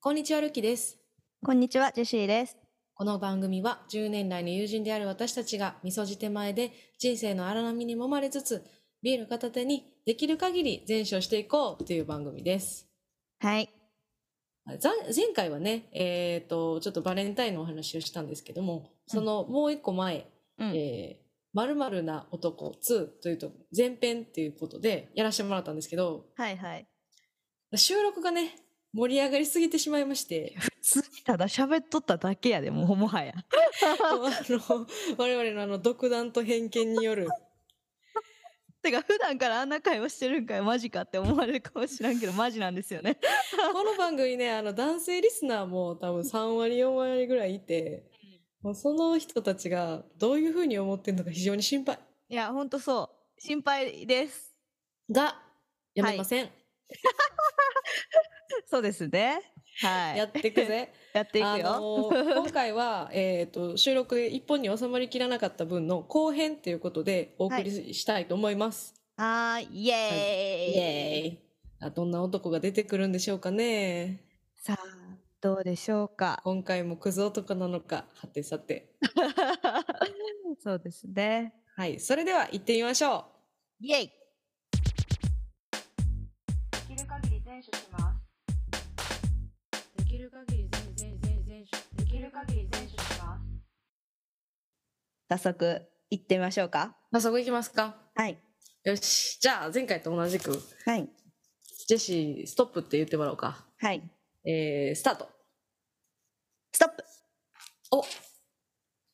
こんにちは、るきです。こんにちは、ジェシーです。この番組は10年来の友人である私たちがみそじ手前で人生の荒波に揉まれつつ、ビール片手にできる限り前処していこうという番組です。はい。ざ前回はね、えっ、と、ちょっとバレンタインのお話をしたんですけども、そのもう一個前、うんえー、〇〇な男2というと、前編っていうことでやらせてもらったんですけど、はいはい。収録がね、盛り上がりすぎてしまいまして、ただ喋っとっただけやで、もうもはや。あの、我々のあの、独断と偏見による、 てか、普段からあんな会話してるんかい、マジかって思われるかもしらんけど、マジなんですよね。 この番組ね、あの、男性リスナーも多分3割、4割ぐらいいて、もうその人たちがどういうふうに思ってるのか非常に心配。 いや、ほんとそう。心配です。が、やめません。 そうですね。はい。やってく ぜ。やっていくよ。あのー今回は、えっ、と、収録で一本に収まりきらなかった分の後編っていうことでお送りしたいと思います。あー、イエーイ。イエーイ。あどんな男が出てくるんでしょうかね。さあ、どうでしょうか。今回もクズ男なのか、はてさて。そうですね。はい、それでは行ってみましょう。イエイできる限り全処します。できる限り全全全全処できる限り全処します。早速、行ってみましょうか。早速行きますか。はい。よし。じゃあ、前回と同じく、はい。ジェシー、ストップって言ってもらおうか。はい。えー、スタート。ストップお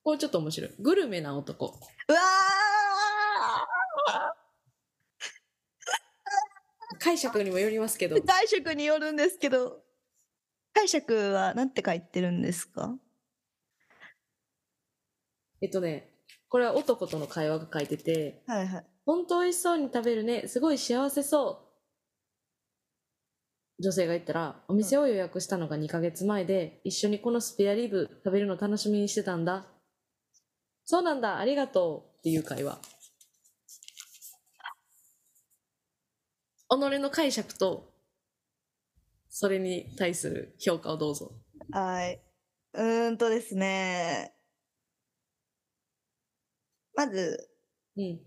これちょっと面白い。グルメな男。うわ解釈にもよりますけどー、大職によるんですけど大職はなんて書いてるんですかえっとね、これは男との会話が書いてて、はいはいほんと美味しそうに食べるね。すごい幸せそう。女性が言ったら、お店を予約したのが2ヶ月前で、一緒にこのスペアリブ食べるの楽しみにしてたんだ。そうなんだ、ありがとう。っていう会話。己の解釈と、それに対する評価をどうぞ。はい。うーんとですね。まず、うん。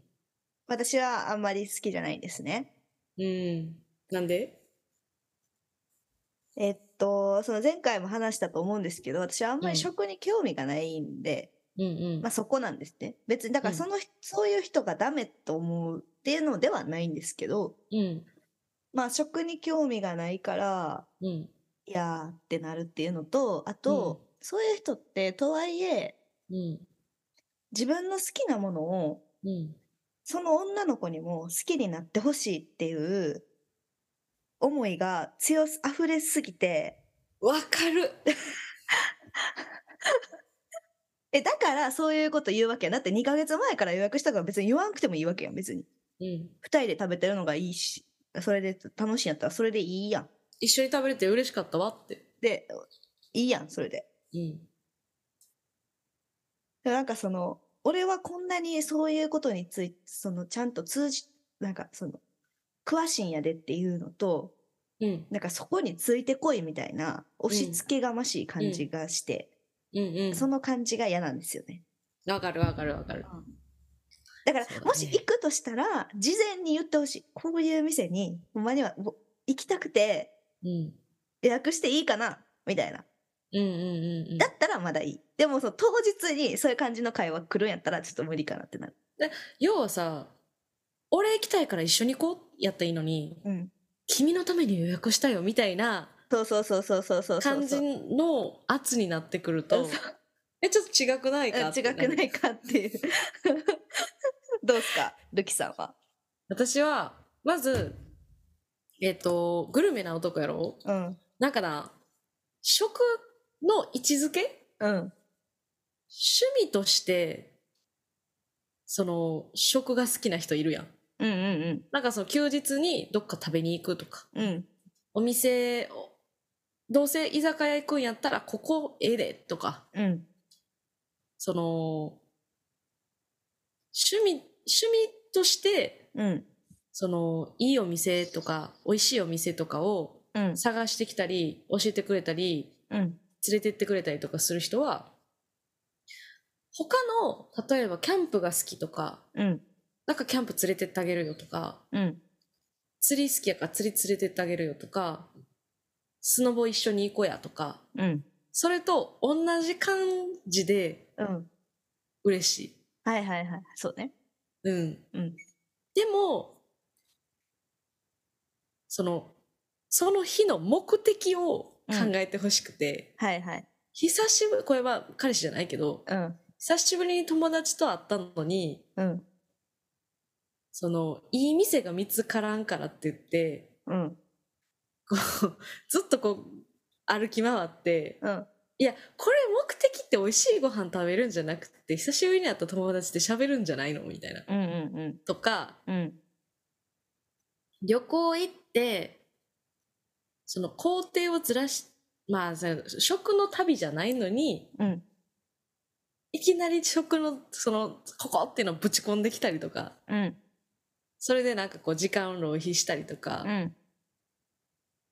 私はあんまり好きじゃないですね。うん。なんでえっと、その前回も話したと思うんですけど、私はあんまうんり食に興味がないんで、うんうんまあそこなんですね。別に、だからうんその、そういう人がダメと思うっていうのではないんですけど、うん。まあ食に興味がないから、うん。いやーってなるっていうのと、あと、そういう人って、とはいえ、うん。自分の好きなものを、うん。その女の子にも好きになってほしいっていう思いが強す、溢れすぎて、わかるえ、だからそういうこと言うわけやんだって2ヶ月前から予約したから別に言わなくてもいいわけやん、別に。うん。二人で食べてるのがいいし、それで楽しいんやったらそれでいいやん。一緒に食べれて嬉しかったわって。で、いいやん、それで。うん。でなんかその、俺はこんなにそういうことについて、その、ちゃんと通じ、なんかその、詳しいんやでっていうのと、うん。なんかそこについてこいみたいな、押し付けがましい感じがして、うんうん。その感じが嫌なんですよね。わかるわかるわかる。だから、そうだねもし行くとしたら、事前に言ってほしい。こういう店に、ほんまにはお行きたくて、うん。予約していいかなみたいな。うんうんうんうん。だったらまだいい。でもその当日にそういう感じの会話来るんやったらちょっと無理かなってなる。要はさ、俺行きたいから一緒に行こうやったらいいのに、うん。君のために予約したよみたいなそうそうそうそうそうそうそう。感じの圧になってくるそとうそ、 え、ちょっと違くないかあって違なるくないかっていう。どうすか、ルキさんは。私は、まず、えっ、と、グルメな男やろうん。だから、食の位置づけうん。趣味として、その、食が好きな人いるやん。うんうんなんかその休日にどっか食べに行くとか、うん。うん。お店を、どうせ居酒屋行くんやったらここええでとか、うん。その、趣味、趣味として、うん。その、いいお店とか、美味しいお店とかをうん探してきたり教えてくれたりうん連れてってくれたりとかする人は他の例えばキャンプが好きとかうんなんかキャンプ連れてってあげるよとかうん釣り好きやから釣り連れてってあげるよとかスノボ一緒に行こうやとかうんそれと同じ感じでうん嬉しい。はいはいはいそうねうん。うんでも、その、その日の目的を考えてほしくて、はいはい久しぶり、これは彼氏じゃないけど、うん久しぶりに友達と会ったのに、うんその、いい店が見つからんからって言って、うんこう、 ずっとこう、歩き回って、うんいや、これ目的って美味しいご飯食べるんじゃなくて、久しぶりに会った友達って喋るんじゃないのみたいな。うんうんとか、うんうん旅行行ってその工程をずらしまあその食の旅じゃないのにうんいきなり食のそのここっていうのをぶち込んできたりとかうんそれでなんかこう時間を浪費したりとか、うん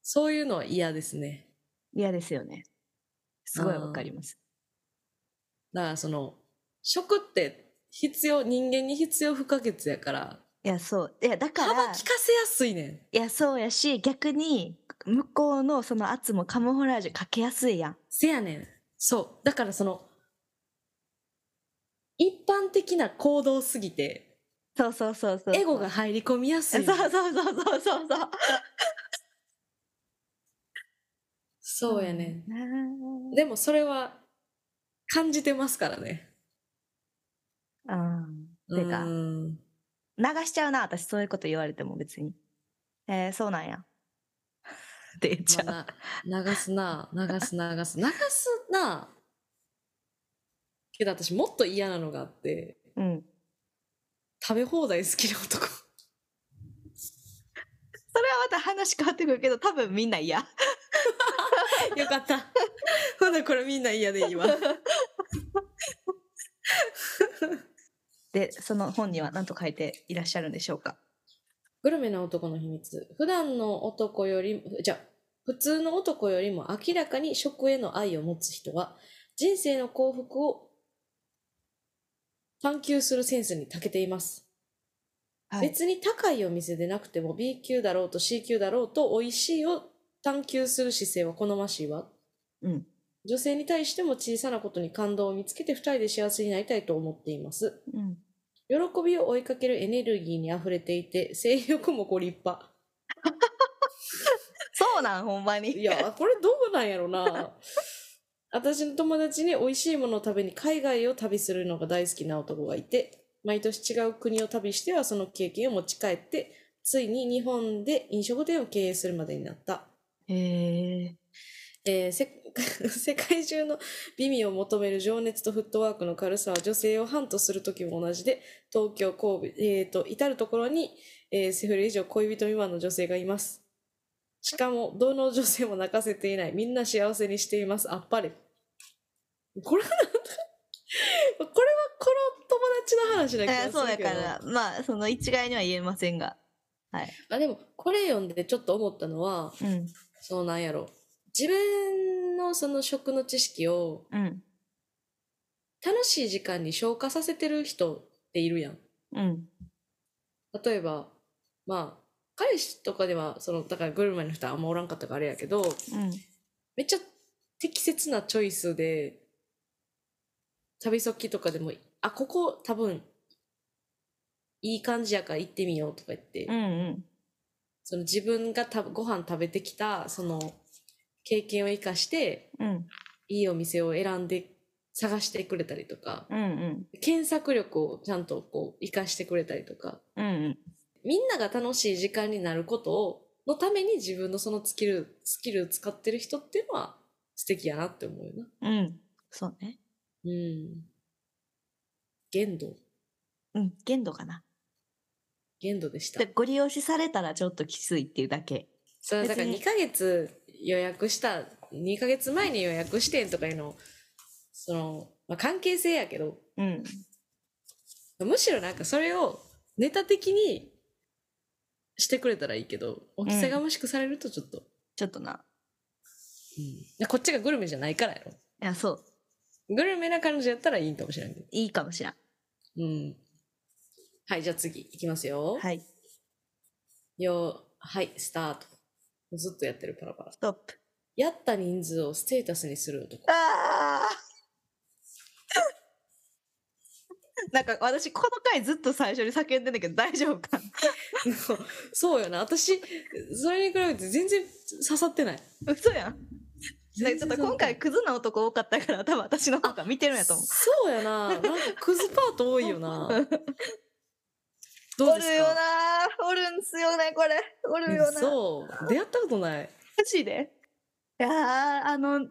そういうのは嫌ですね嫌ですよねすごいわかりますだからその食って必要人間に必要不可欠やからいやそういやだから幅利かせやすいねんいやそうやし逆に向こうのその圧もカモフラージュかけやすいやんせやねんそうだからその一般的な行動すぎてそうそうそうそうエゴが入り込みやすそういそうそうそうそうそうそうやね、んでもそれは感じてますからねうんてかうん流しちゃうな私そういうこと言われても別にえー、そうなんや って言っちゃう、まあな流すな流す流す流すなけど私もっと嫌なのがあってうん食べ放題好きな 男それはまた話変わってくるけど多分みんな嫌よかったほなこれみんな嫌でいいわでその本には何と書いていらっしゃるんでしょうかグルメな男の秘密普段の男よりじゃあ普通の男よりも明らかに食への愛を持つ人は人生の幸福を探求するセンスに長けています、はい別に高いお店でなくても B 級だろうと C 級だろうと美味しいを探求する姿勢は好ましいわうん女性に対しても小さなことに感動を見つけて二人で幸せになりたいと思っていますうん喜びを追いかけるエネルギーにあふれていて性欲もご立派そうなんほんまにいや、これどうなんやろな。私の友達に美味しいものを食べに海外を旅するのが大好きな男がいて、毎年違う国を旅してはその経験を持ち帰って、ついに日本で飲食店を経営するまでになった。へええーせ 世界中の美味を求める情熱とフットワークの軽さは女性をハントする時も同じで東京神戸、えー、と至る所に、えーセフレ以上恋人未満の女性がいますしかもどの女性も泣かせていないみんな幸せにしていますあっぱれこれはなんだ これはこの友達の話だけそうだからまあその一概には言えませんがあでもこれ読んでちょっと思ったのはうんそうなんやろ自分のその食の知識をうん楽しい時間に消化させてる人っているやん。うん例えば、まあ、彼氏とかでは、その、だからグルメの人はあんまおらんかったからあれやけど、うんめっちゃ適切なチョイスで、旅先とかでも、あ、ここ多分、いい感じやから行ってみようとか言って、うんうんその自分がたご飯食べてきた、その、経験を生かして、うんいいお店を選んで探してくれたりとか、うん検索力をちゃんとこう活かしてくれたりとかうんうんみんなが楽しい時間になることをのために自分のそのスキルスキルを使ってる人っていうのは素敵やなって思うよなうんそうねうん限度うん限度かな限度でしたでご利用しされたらちょっときついっていうだけそれだから別に2ヶ月予約した2ヶ月前に予約してんとかいうのその、まあ、関係性やけどうんむしろなんかそれをネタ的にしてくれたらいいけどおきせがましくされるとちょっとちょっとな。うん、こっちがグルメじゃないからやろいや、そう。グルメな感じやったらいいんかもしれんけどいいかもしらん。うんはいじゃあ次いきますよ、はい。よはいスタートずっとやってるパラパラストップ。やった人数をステータスにする男 あー なんか私この回ずっと最初に叫んでんだけど大丈夫か そうよな私それに比べて全然刺さってない嘘やんなんかちょっと今回クズな男多かったから多分私の方が見てるんやと思うそうやななんかクズパート多いよ などうおですかるよなおるんすよねこれおるよなマそう出会ったことないジでいやーあの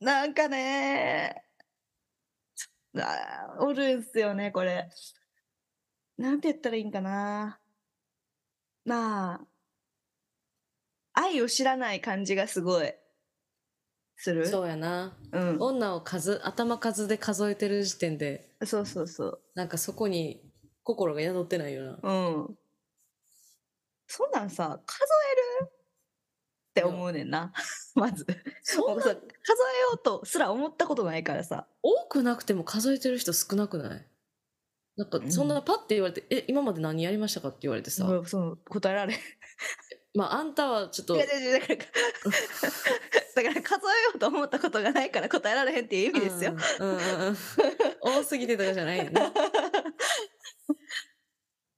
なんかねあーおるんすよねこれなんて言ったらいいんかなまあ愛を知らない感じがすごいするそうやなうん、女を数頭数で数えてる時点でそうそうそうなんかそこに心が宿ってないよなうんそんなんさ数えるって思うねんな まずそん僕なさ数えようとすら思ったことないからさ多くなくても数えてる人少なくないなんかそんなパッて言われて「え今まで何やりましたか?」って言われてさ、そうそう答えられんまああんたはちょっといや違う違うだ からだから数えようと思ったことがないから答えられへんっていう意味ですよ、うんうんうん うん多すぎてとかじゃないよね。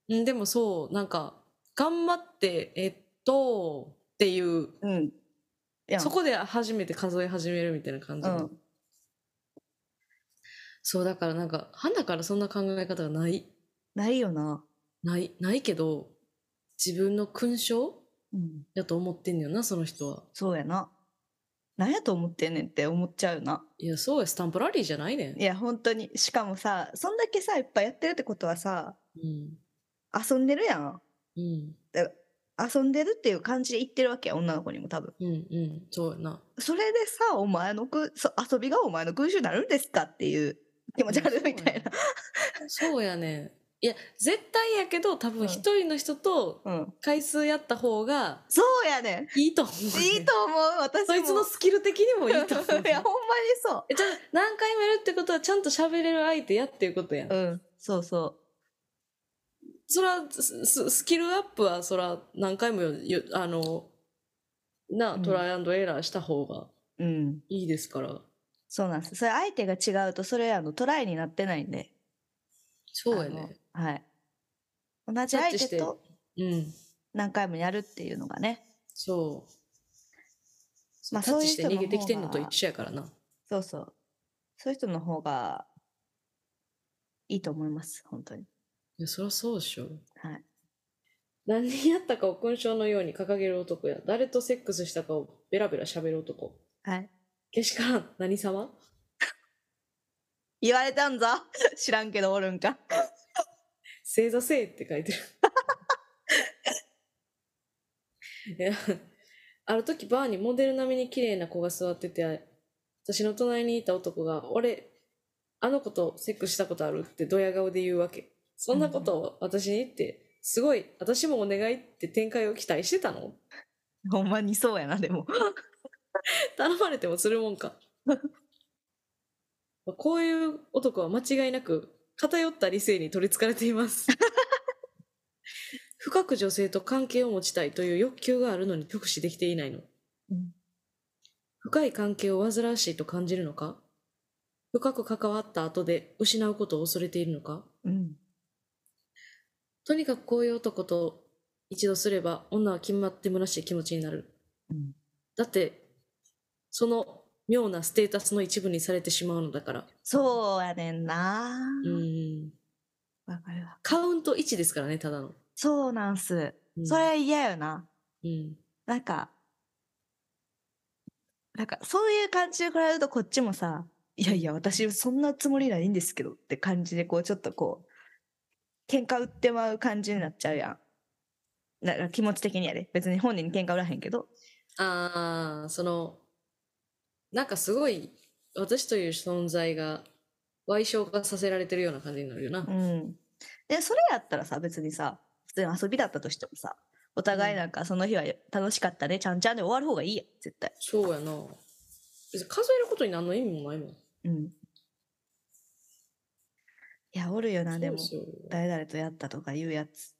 うんでもそうなんか頑張ってえっとっていううん、いやそこで初めて数え始めるみたいな感じうの、んそうだからなんか花からそんな考え方がないないよな、ないないけど自分の勲章うん、やと思ってんのよなその人は。そうやななんやと思ってんねんって思っちゃうよないやそうやスタンプラリーじゃないねんい。や本当にしかもさそんだけさいっぱいやってるってことはさうん遊んでるやんうん遊んでるっていう感じで言ってるわけや女の子にも多分うんうんそうやな。それでさお前のくそ遊びがお前の空襲になるんですかっていう気持ちあるみたいなそうやねん。いや絶対やけど多うん分一人の人とうん回数やった方がそうやねんいいと思う、いいと思う私もそいつのスキル的にもいいと思う、いやほんまにそえちょっと何回もやるってことはちゃんと喋れる相手やっていうこと やん、ううんそうそそらスススキルアップはそら何回もよよあのなうんトライアンドエラーした方がううんいいですから、そうなんですそれ相手が違うとそれあのトライになってないんでそうやねあのはい同じタッ相チし手てとうん何回もやるっていうのがねそうまあタッチしてそういう人の逃げてきてんの方とが一緒やからなそうそうそういう人の方がいいと思います本当にいやそりゃそうでしょはい何人やったかを勲章のように掲げる男や誰とセックスしたかをベラベラ喋る男はいけしからん何様言われたんぞ 知らんけどおるんか正座せえって書いてる いやある時バーにモデル並みに綺麗な子が座ってて私の隣にいた男が「俺あの子とセックスしたことある?」ってドヤ顔で言うわけそんなことを私に言って「すごい私もお願い」って展開を期待してたの ほんまにそうやなでも頼まれてもするもん かこういう男は間違いなく偏った理性に取りつかれています深く女性と関係を持ちたいという欲求があるのに直視できていないの、うん深い関係を煩わしいと感じるのか深く関わった後で失うことを恐れているのかうんとにかくこういう男と一度すれば女は決まって虚しい気持ちになるうんだってその妙なステータスの一部にされてしまうのだからそうやねんなうんわかるわカウント1ですからねただの、そうなんすうんそれ嫌よなうんなんかなんかそういう感じで比べるとこっちもさいやいや私そんなつもりないんですけどって感じでこうちょっとこう喧嘩売ってまう感じになっちゃうやんだから気持ち的にやで別に本人に喧嘩売らへんけどああそのなんかすごい私という存在が賠償化させられてるような感じになるよな、うんでそれやったらさ別にさ普通に遊びだったとしてもさお互いなんかその日は楽しかったね、ちゃんちゃんで終わる方がいいや、絶対。そうやな別に数えることに何の意味もないもんうん。いや、おるよな、でも。そうよ誰々とやったとか言うやつ。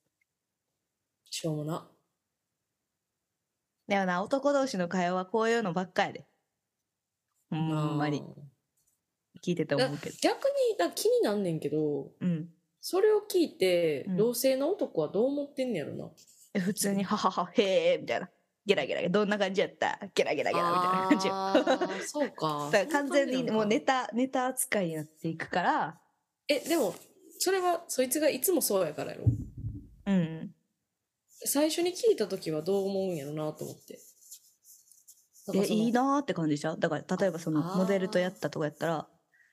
しょうもなだよな、男同士の会話はこういうのばっかやで。ほんまにあー聞いてて思うけど。逆になんか気になんねんけどうん。それを聞いて、うん同性の男はどう思ってんねやろなえ普通に、ははは、へえ、みたいな。ゲラゲラ、どんな感じやったゲラゲラゲラ、みたいな感じ よ。あ ーそうかだから完全にもうネねタ、ネタ扱いになっていくから、えでもそれはそいつがいつもそうやからやろうん。最初に聞いた時はどう思うんやろなと思ってなんかえ、そのいいなーって感じちゃうだから、例えばその、あーモデルとやったとかやったら、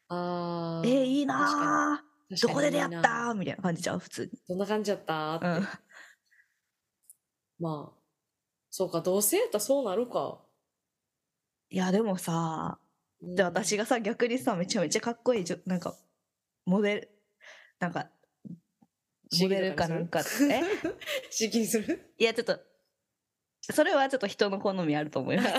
あえー、いいなーーどこで出会っ確かにたいいーなみたいな感じちゃう普通に。どんな感じやったって、うん。まあそうか同性やったらそうなるかいや、でもさ、うんで私がさ逆にさめちゃめちゃかっこいいじょなんかモデルなんかモデルかなんかえ 刺激にするいやちょっとそれはちょっと人の好みあると思います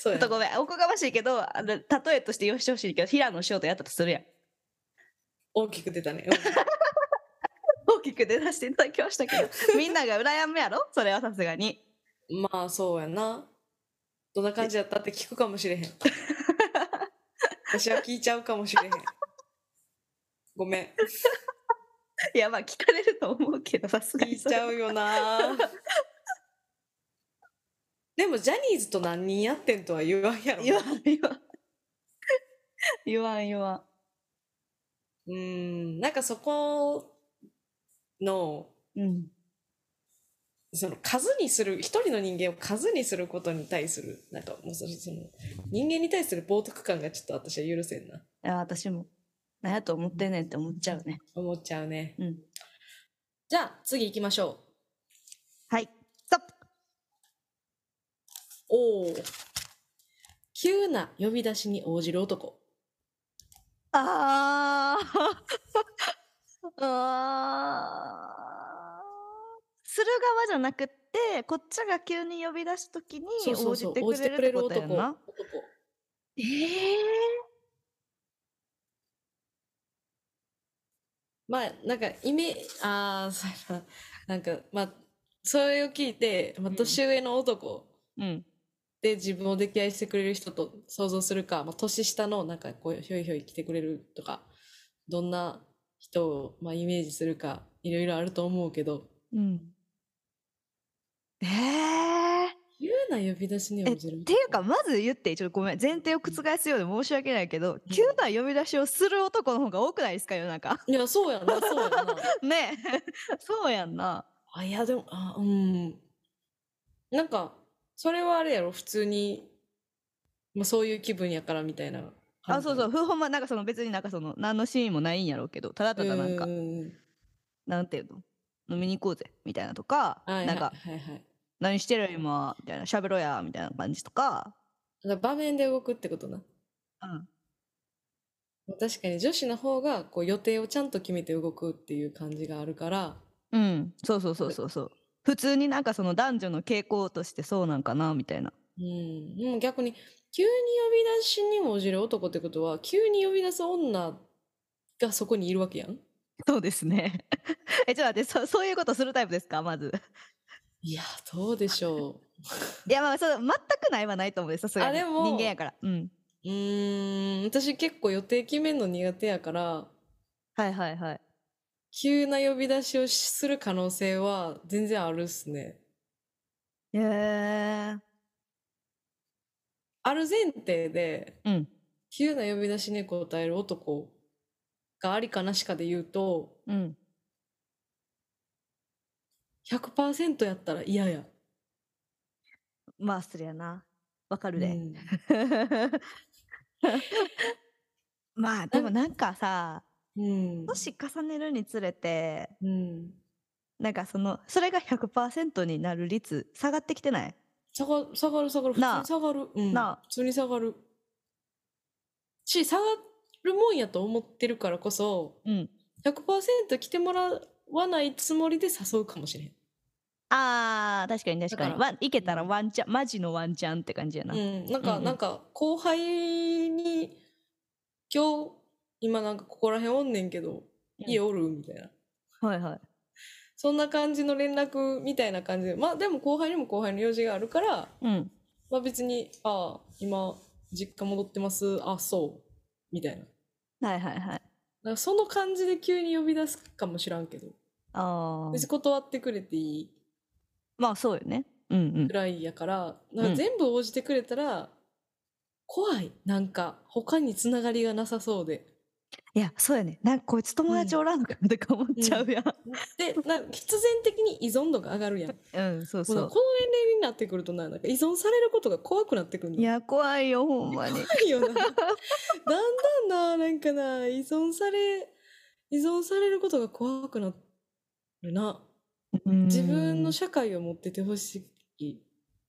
そうょやっとごめんおこがましいけどあの例えとしてよしてほしいけど平野翔とやったとするやん大きく出たね大きく出させていただきまし たけどみんなが羨むやろそれはさすがにうんまあそうやなどんな感じやったって聞くかもし れへん私は聞いちゃうかもしれへんごめんいやまあ聞かれると思うけどさすが聞にいそちれゃうよなでもジャニーズと何人やってんとは言わんやろ言わん言わん 言わん言わんうんなんかそこのうんその数にする一人の人間を数にすることに対するなんかもうそれその人間に対する冒涜感がちょっと私は許せんないや私も何やと思ってんねんって思っちゃうね思っちゃうねうんじゃあ次行きましょうはい。ストップ。おお急な呼び出しに応じる男あー あー。する側じゃなくって、こっちが急に呼び出すときにそうそ応うじそうてくれるってことやんな。応じてくれる男ええまあなんかイメああそうやななんかまあそれを聞いて、まあ、うん年上の男うん。で自分を溺愛してくれる人と想像するか、まあ、年下のなんかこうひょいひょい来てくれるとかどんな人を、まあ、イメージするかいろいろあると思うけどうん。ええ言うな呼び出しにえ応っじる男ていうか、まず言って、ちょっとごめん、前提を覆すようで申し訳ないけど、急な呼び出しをする男の方が多くないですか、世の中。 いやそうやなそうやなねえ、 そうやんな。あいやでもあうんなんかそれはあれやろ普通に、まあ、そういう気分やからみたいなあ、そうそうう、ふほんま、なんかその別になんかその、何のシーンもないんやろうけど、ただただなんかう、んなんていうの飲みに行こうぜみたいなとか、はいなんはかいはいはい何してる今みたいな喋ろうやみたいな感じとか、だから場面で動くってことなうん、確かに女子の方がこう予定をちゃんと決めて動くっていう感じがあるからうん、そうそうそうそうそう普通になんかその男女の傾向としてそうなんかなみたいなうんでも逆に急に呼び出しに応じる男ってことは急に呼び出す女がそこにいるわけやんそうですね えちょっと待ってそそういうことするタイプですかまずいやどうでしょいやまあそう全くないはないと思うよさすがにあでも人間やからうんううーん私結構予定決めんの苦手やからはいはいはい急な呼び出しをする可能性は全然あるっすねへえある前提でうん急な呼び出しに答える男がありかなしかで言うとうん100%やったら嫌や。まあそりゃなわかるで、うん、 まあでもなんかさうん年重ねるにつれてうん、なんかそのそれが100%になる率下がってきてない下がる下がる下がる普通なあに下がる、うん、なあ普通に下がるし下がるもんやと思ってるからこそうん100%来てもらわないつもりで誘うかもしれんあー確かに確かにだかわいけたらワンチャンマジのワンチャンって感じやな、うん、なんか、うんうんなんか後輩に「今日今なんかここら辺おんねんけどうん家おる?」みたいなはいはいそんな感じの連絡みたいな感じでまあでも後輩にも後輩の用事があるから、うんまあ、別に「ああ今実家戻ってますあそう」みたいなはいはいはいなんかその感じで急に呼び出すかもしらんけどあ別にー断ってくれていいまあそうよねうんうんぐらいやからなんうかん全部応じてくれたら、怖いなんか他につながりがなさそうで。いやそうやねなんかこいつ友達おらんのかなとか思っちゃうやんでなんか必然的に依存度が上がるやん。もうん、そううそなんうかこの年齢になってくるとななんか依存されることが怖くなってくるのいや怖いよほんまに怖いよなだんだんななんかな依存され依存されることが怖くなるな自分うんの社会を持っててほしい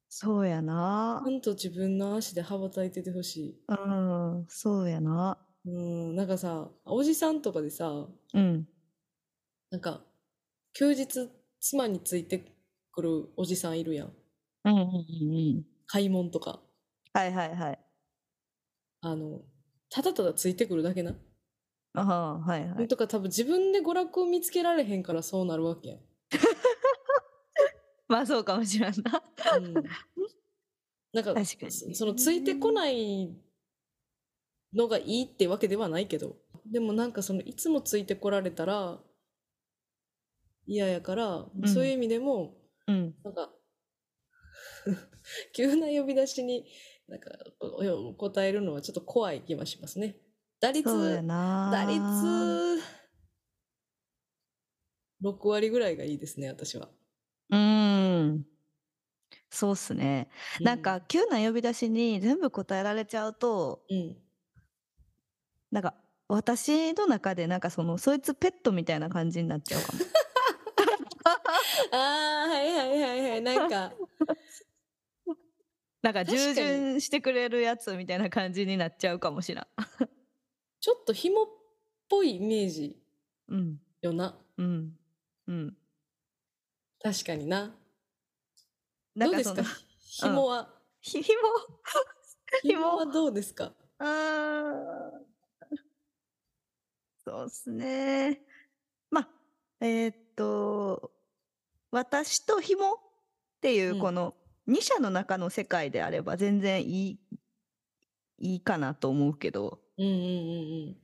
そうやなちゃんと自分の足で羽ばたいててほしうんそうやないうんなんかさおじさんとかでさうんなんか休日妻についてくるおじさんいるやんうんうんうんうん買い物とかはいはいはいあの、ただただついてくるだけな。ああはいはいとか多分自分で娯楽を見つけられへんからそうなるわけやん。 まあそうかもしれんな うん、なんか確かにそそのついてこないのがいいってわけではないけど。でもなんかそのいつもついてこられたら嫌やから、んそういう意味でも、うんなんか、 急な呼び出しになんかおお答えるのはちょっと怖い気はしますね。打率そうやな打率6割ぐらいがいいですね私は。うんそうっすね、なんか急な呼び出しに全部答えられちゃうとうんなんか私の中でなんかそのそいつペットみたいな感じになっちゃうかもあーはいはいはいはいなん か なんか確か従に順してくれるやつみたいな感じになっちゃうかもしらんちょっと紐っぽいイメージうんよなうんうん確かにな。などんうかで そすか紐のはひも紐紐はどうですかうー んそうっすね。まあ、えーっと、私と紐っていうう、んこの二者の中の世界であれば全然いい、いいかなと思うけど、うんうんうん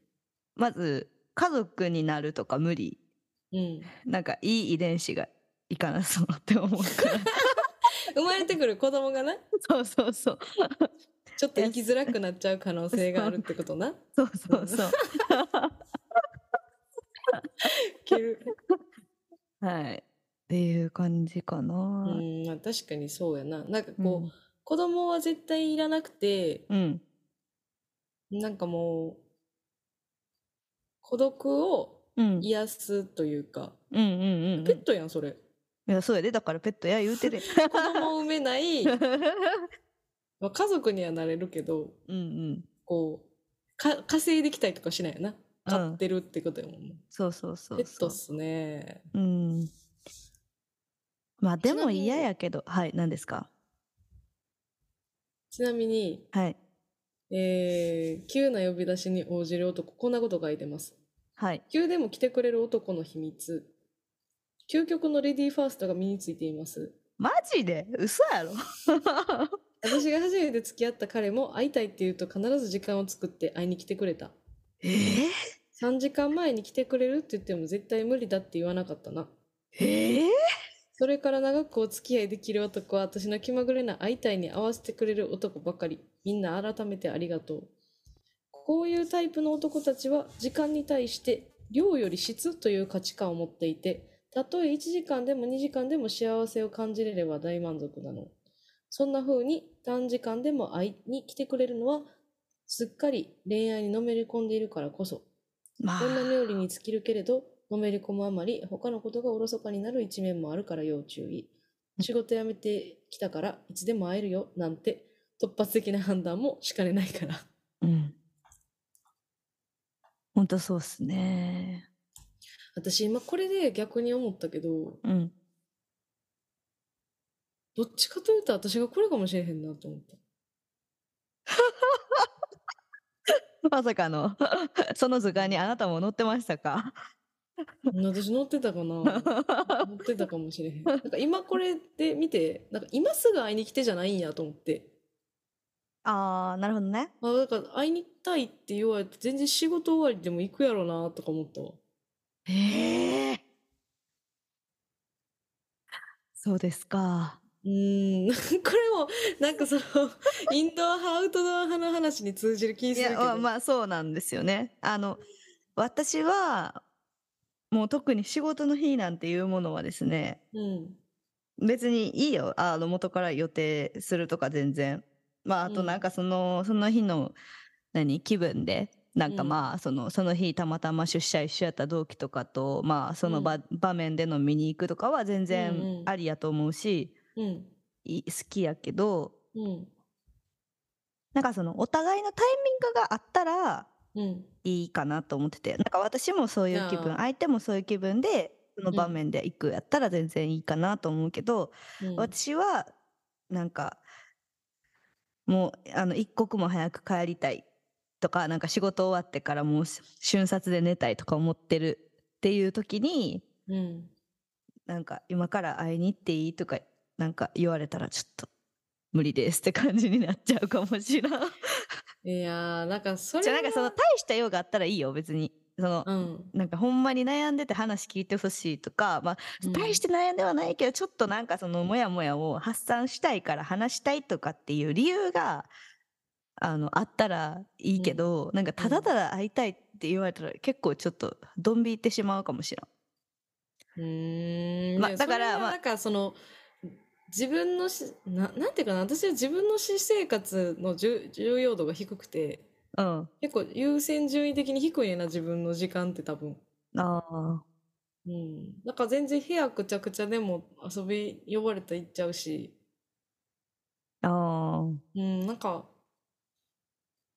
まず、家族になるとか無理。うんう んなんか、いい遺伝子がいかなそうって思う から。生まれてくる子供がなそうそうそう。ちょっと生きづらくなっちゃう可能性があるってことな。そうそうそう。いけるはい。っていう感じかうな。んまあ確かにそうやな。なんかこう、うん子供は絶対いらなくてうん。なんかもう孤独をうん。癒すというか、うんうんうんうん。ペットやんそれいや、そうやで。だからペットや言うてる子供を産めない やん。まあ家族にはなれるけどうんうん。こうか稼いできたりとかしないよなうん飼ってるってことやもんね、そうそうそうそう。ペットっすねうん。まあでちなもみに嫌やけど、はい、何ですかちなみに、はい。えー急な呼び出しに応じる男こんなこと書いてますはい。急でも来てくれる男の秘密究極のレディーファーストが身についていますマジで嘘やろ私が初めて付き合った彼も会いたいって言うと必ず時間を作って会いに来てくれたえー、 3時間前に来てくれるって言っても絶対無理だって言わなかったなえー、それから長くお付き合いできる男は私の気まぐれな会いたいに合わせてくれる男ばかりみんな改めてありがとうこういうタイプの男たちは時間に対して量より質という価値観を持っていてたとえ1時間でも2時間でも幸せを感じれれば大満足なのそんな風に短時間でも会いに来てくれるのはすっかり恋愛にのめり込んでいるからこそまあ女冥利に尽きるけれどのめり込むあまり他のことがおろそかになる一面もあるから要注意仕事辞めてきたからいつでも会えるよなんて突発的な判断もしかねないから うん。ほんとそうっすね。私今これで逆に思ったけどうん。どっちかというと私がこれかもしれへんなと思った。まさかの その図鑑にあなたも載ってましたか私乗ってたかな乗ってたかもしれへん。なんか今これで見て、なんか今すぐ会いに来てじゃないんやと思って。ああなるほどね あ、だから会いに行きたいって言われて、全然仕事終わりでも行くやろなとか思ったわ。へえそうですかうーん、こ れも、なんかその、インドア派、アウトドア派の話に通じる気いするけやまあど。まあそうなんですよねあの私はもう特に仕事の日なんていうものはですねうん。別にいいよあの元から予定するとか全然まああとうんなんかその、その日の何気分でなんかうんまあそのその日たまたま出社一緒やった同期とかとまあその場,、う場面での見に行くとかは全うん然うんありやと思うし、うん。い好きやけどうん。なんかそのお互いのタイミングがあったらうん。いいかなと思っててなんか私もそういう気あ分ー相手もそういう気分でその場うん面で行くやったら全然いいかなと思うけど、うん私はなんかもうあの一刻も早く帰りたいとかなんか仕事終わってからもうし瞬殺で寝たいとか思ってるっていう時にうん。なんか今から会いに行っていいとかなんか言われたらちょっと無理ですって感じになっちゃうかもしれないいやー、なんかそれじゃあなんかそのは大した用があったらいいよ別にその、うん。なんかほんまに悩んでて話聞いてほしいとか、まあ、うん大して悩んではないけど、ちょっとなんかそのモヤモヤを発散したいから話したいとかっていう理由が、あの、あったらいいけど、なんかただただ会いたいって言われたら結構ちょっとドン引いてしまうかもしれん。うーんまいやだからそれはまあなんかその自分のしななんていうかな私は自分の私生活の重重要度が低くてうん。結構優先順位的に低いねんな自分の時間って多分。ああ。うん、なんか全然部屋くちゃくちゃでも遊び呼ばれたら行っちゃうし、ああ。うん、なんか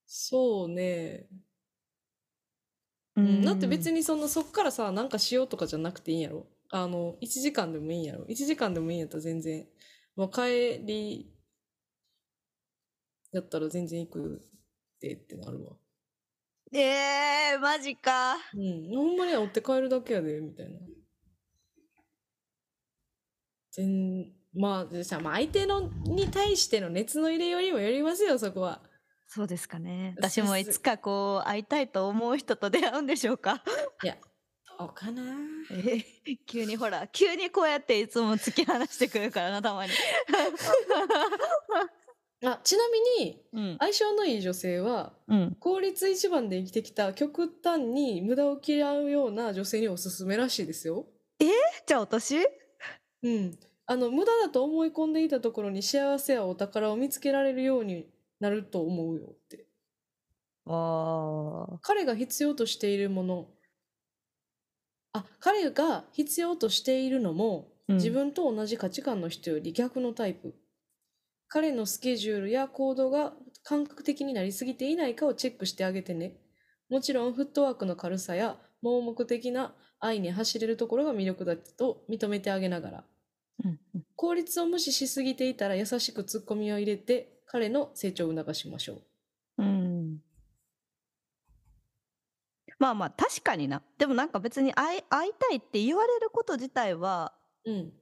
そうね、ううん、だって別に。にそんなそっからさなんかしようとかじゃなくていいんやろあの1時間でもいいんやろ1時間でもいいんやったら全然もう帰りやったら全然行くでってなるわええー、マジか。うんほんまに追って帰るだけやでみたいな全まあでさ、まあ、相手のに対しての熱の入れようにもよりますよそこはそうですかね。そう私もいつかこう会いたいと思う人と出会うんでしょうか。いやどうかなえー 急にほら急にこうやっていつも突き放してくるからなたまに。あちなみに うん相性のいい女性はうん、効率一番で生きてきた極端に無駄を嫌うような女性におすすめらしいですよ。じゃあ私うん。あの、無駄だと思い込んでいたところに幸せやお宝を見つけられるようになると思うよって。あ彼が必要としているもの。あ、彼が必要としているのも、うん自分と同じ価値観の人より逆のタイプ。彼のスケジュールや行動が感覚的になりすぎていないかをチェックしてあげてね。もちろんフットワークの軽さや盲目的な愛に走れるところが魅力だと認めてあげながら。うん効率を無視しすぎていたら優しくツッコミを入れて彼の成長を促しましょう。うんまあまあ確かになでもなんか別に会い会いたいって言われること自体はうん。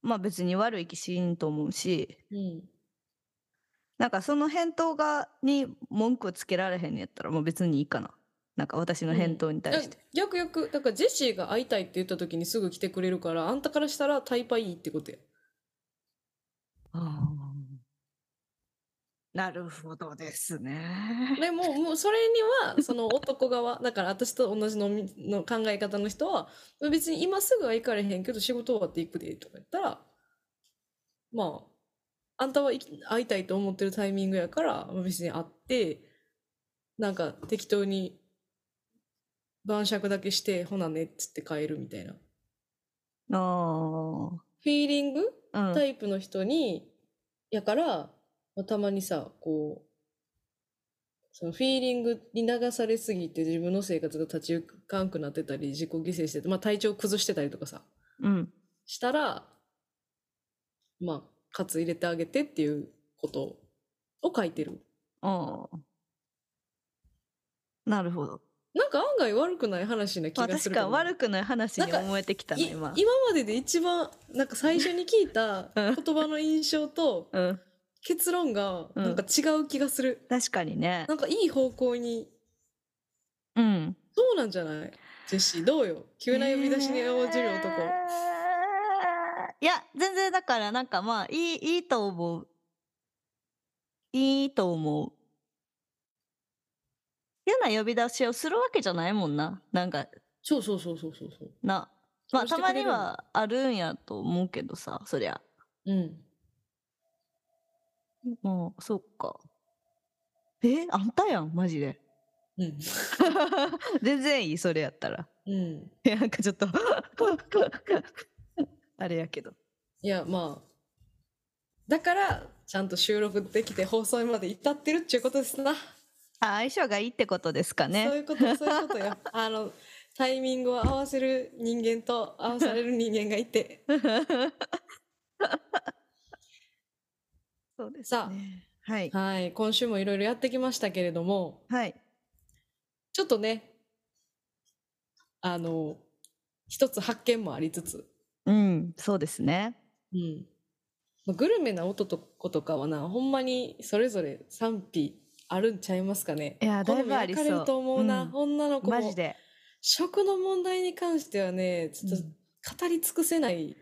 まあ別に悪い気しんと思うしうん。なんかその返答がに文句つけられへんのやったらもう別にいいかななんか私の返答に対して、だ逆逆だからジェシーが会いたいって言った時にすぐ来てくれるからあんたからしたらタイパいいってことやあーなるほどですねでももうそれにはその男側だから私と同じのみの考え方の人は別に今すぐは行かれへんけど仕事終わって行くでとか言ったらまああんたは行き会いたいと思ってるタイミングやからまあ別に会ってなんか適当に晩酌だけしてほなねっつって帰るみたいなフああィーリングうんタイプの人に、やから、まあたまにさ、こう、そのフィーリングに流されすぎて自分の生活が立ち行かんくなってたり、自己犠牲してて、まあ体調崩してたりとかさ、うん。したら、まあ、かつ入れてあげてっていうことを書いてる。ああ。なるほど。なんか案外悪くない話な気まあ、がする確けかどにね悪くない話に思えてきたね、い今。今までで一番なんか最初に聞いたうん言葉の印象とうん。結論がうんなんか違う気がする、確かにね。なんかいい方向にうん。そうなんじゃないジェシーどうよ急な呼び出しに応じる男、えーいや、全然だから、なんかまあ、いい、いいと思う。いいと思う。嫌な呼び出しをするわけじゃないもんな。なんか、そうそうそうそうそうそうな。まあ、そたうしてまくれにるのはあるんやと思うけどさ、そりゃ。うんもう、そっか。え、あんたやん、マジで。 うん全然いい、それやったら。うんいやなんかちょっと あれやけどいやまあだからちゃんと収録できて放送まで至ってるっちゅうことですな、あ相性がいいってことですかそういねうことそういうことよ あのタイミングを合わせる人間と合わされる人間がい てそうですさねはいはい今週もいろいろやってきましたけれどもはいちょっとねあの一つ発見もありつつ、うんそうですねうんまあグルメな音とことかはなほんまにそれぞれ賛否あるんちゃいますかねいやだいぶありそ好うみ分かれると思うな、うん女の子もマジで食の問題に関してはねちょっうんと語り尽くせない、い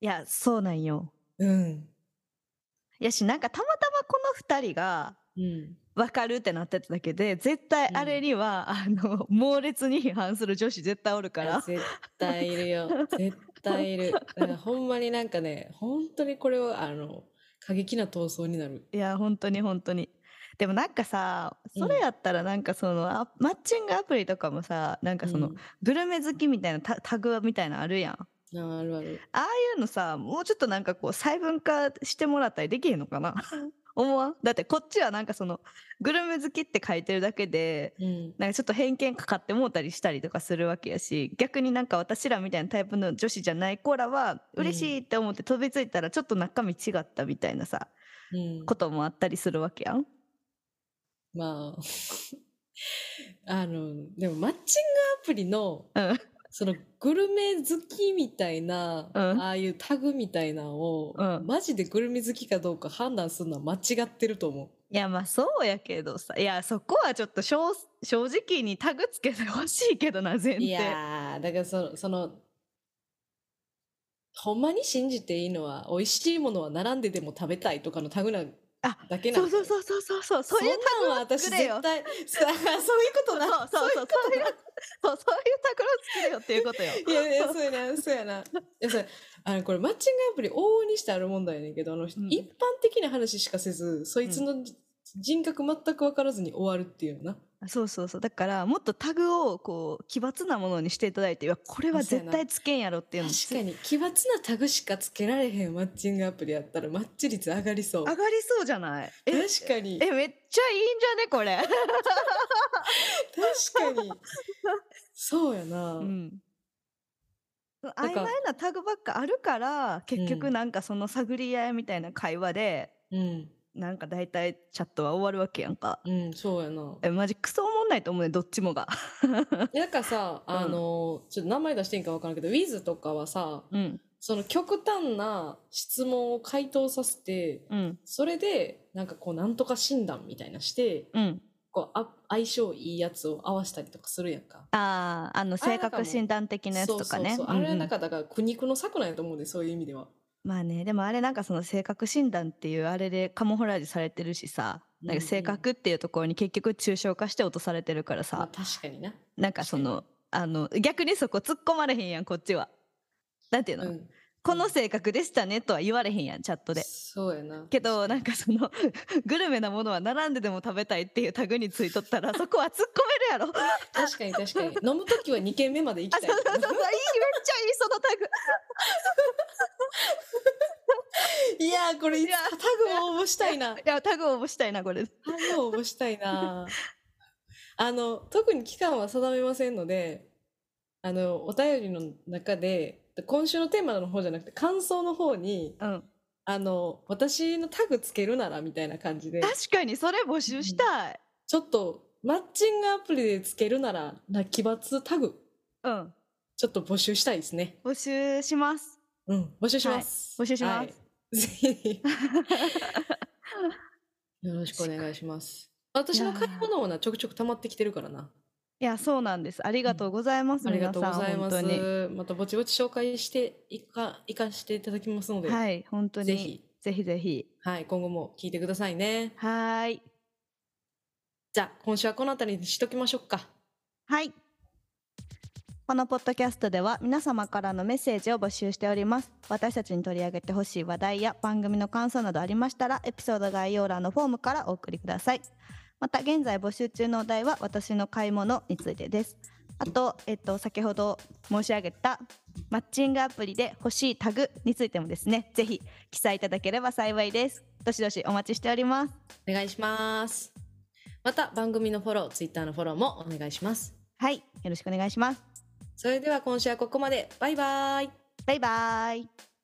やそうなんようんやしなんかたまたまこの2人がうん、分かるってなってただけで絶対あれには、あの猛烈に批判する女子絶対おるかいやら絶対いるよ絶対いるだからほんまになんかね本当にこれはあの過激な闘争になるいや本当に本当にでもなんかさうんそれやったらなんかその、あマッチングアプリとかもさなんかその、グルメ好きみたいなタタグみたいなのあるやんあうんああるあるあいうのさもうちょっとなんかこう細分化してもらったりできへんのかな 思わんだってこっちはなんかそのグルメ好きって書いてるだけでうんなんかちょっと偏見かかってもうたりしたりとかするわけやし逆になんか私らみたいなタイプの女子じゃない子らはうん嬉しいって思って飛びついたらちょっと中身違ったみたいなさうんこともあったりするわけやん。まああ のでもマッチングアプリのうんそのグルメ好きみたいな、うんああいうタグみたいなのを、うんマジでグルメ好きかどうか判断するのは間違ってると思う。いやまあそうやけどさいやそこはちょっと正正直にタグつけてほしいけどな全い然。やーだからそのそのほんまに信じていいのは美味しいものは並んででも食べたいとかのタグなあだけなそうのそうそうそうそうそうそういうそんなんは私くれよ絶対さそういうことなそうそうそうそうそういうそうそういうタグをつけるよっていうこと よ。いやいやそうやなそうやな。いやそうやあのこれマッチングアプリ往々にしてある問題やねんけどあの、ん一般的な話しかせずそいつのじ人格全く分からずに終わるっていうな。そうそうそうだからもっとタグをこう奇抜なものにしていただいていやこれは絶対つけんやろっていうの確かに奇抜なタグしかつけられへんマッチングアプリやったらマッチ率上がりそう。上確がりそうじゃないえかにえめっちゃいいんじゃねこれ。確 かにそうやな。うん曖ら昧なタグばっかあるから結う局んなんかその探り合いみたいな会話で、うんなんか大体チャットは終わるわけやんか。うんそうやな。えマジクソおもんないと思うねどっちもが。いやなんかさうんあの、ちょっと名前出していいんか分からんけど Wiz とかはさうんその極端な質問を回答させてうんそれでなんかこうなんとか診断みたいなしてうん。こうあ相性いいやつを合わせたりとかするやんか。あああのあれ性なんかも格診断的なやつとかね。そうそうそうあれはうんうなんんかだから苦肉の策なんやと思うでそういう意味では。まあねでもあれなんかその性格診断っていうあれでカモフラージュされてるしさ。なんか性格っていうところに結局抽象化して落とされてるからまあさ、確かにな。なんかそのあの逆にそこ突っ込まれへんやんこっちは。なんていううの、ん。この性格でしたねとは言われへんやんチャットで。そうやな。けどなんかそのグルメなものは並んででも食べたいっていうタグについとったらそこは突っ込めるやろあ 確かに確かに。飲むときは2軒目まで行きそたういそう。そういいめっちゃいいそのタグいやーこれいつかタグを応募したいな。いやタグ応募したいなこれタグを応募したい な。あの特に期間は定めませんので、あのお便りの中で今週のテーマの方じゃなくて感想の方にうんあの私のタグつけるならみたいな感じで確かにそれ募集したい。ちょっとマッチングアプリでつけるならな奇抜タグうん。ちょっと募集したいですね。募集します。うん、募集します。はい募集しまはすい。ぜ ひよろしくお願いします。私の買い物もなちょくちょく溜まってきてるからな。いや、そうなんです。ありがとうございます。ありがとうご皆ざさいんま本当にす。またぼちぼち紹介していかいかしていただきますので、はい、本当に。ぜひ、ぜひぜひ。はい、今後も聞いてくださいね。はーい。じゃあ今週はこのあたりにしときましょうか。はい。このポッドキャストでは皆様からのメッセージを募集しております。私たちに取り上げてほしい話題や番組の感想などありましたら、エピソード概要欄のフォームからお送りください。また現在募集中のお題は私の買い物についてです。あと、えっと、先ほど申し上げたマッチングアプリで欲しいタグについてもですね、ぜひ記載いただければ幸いです。どしどしお待ちしております。お願いします。また番組のフォロー、ツイッターのフォローもお願いします。はい、よろしくお願いします。それでは今週はここまで。バイバイ。バイバイ。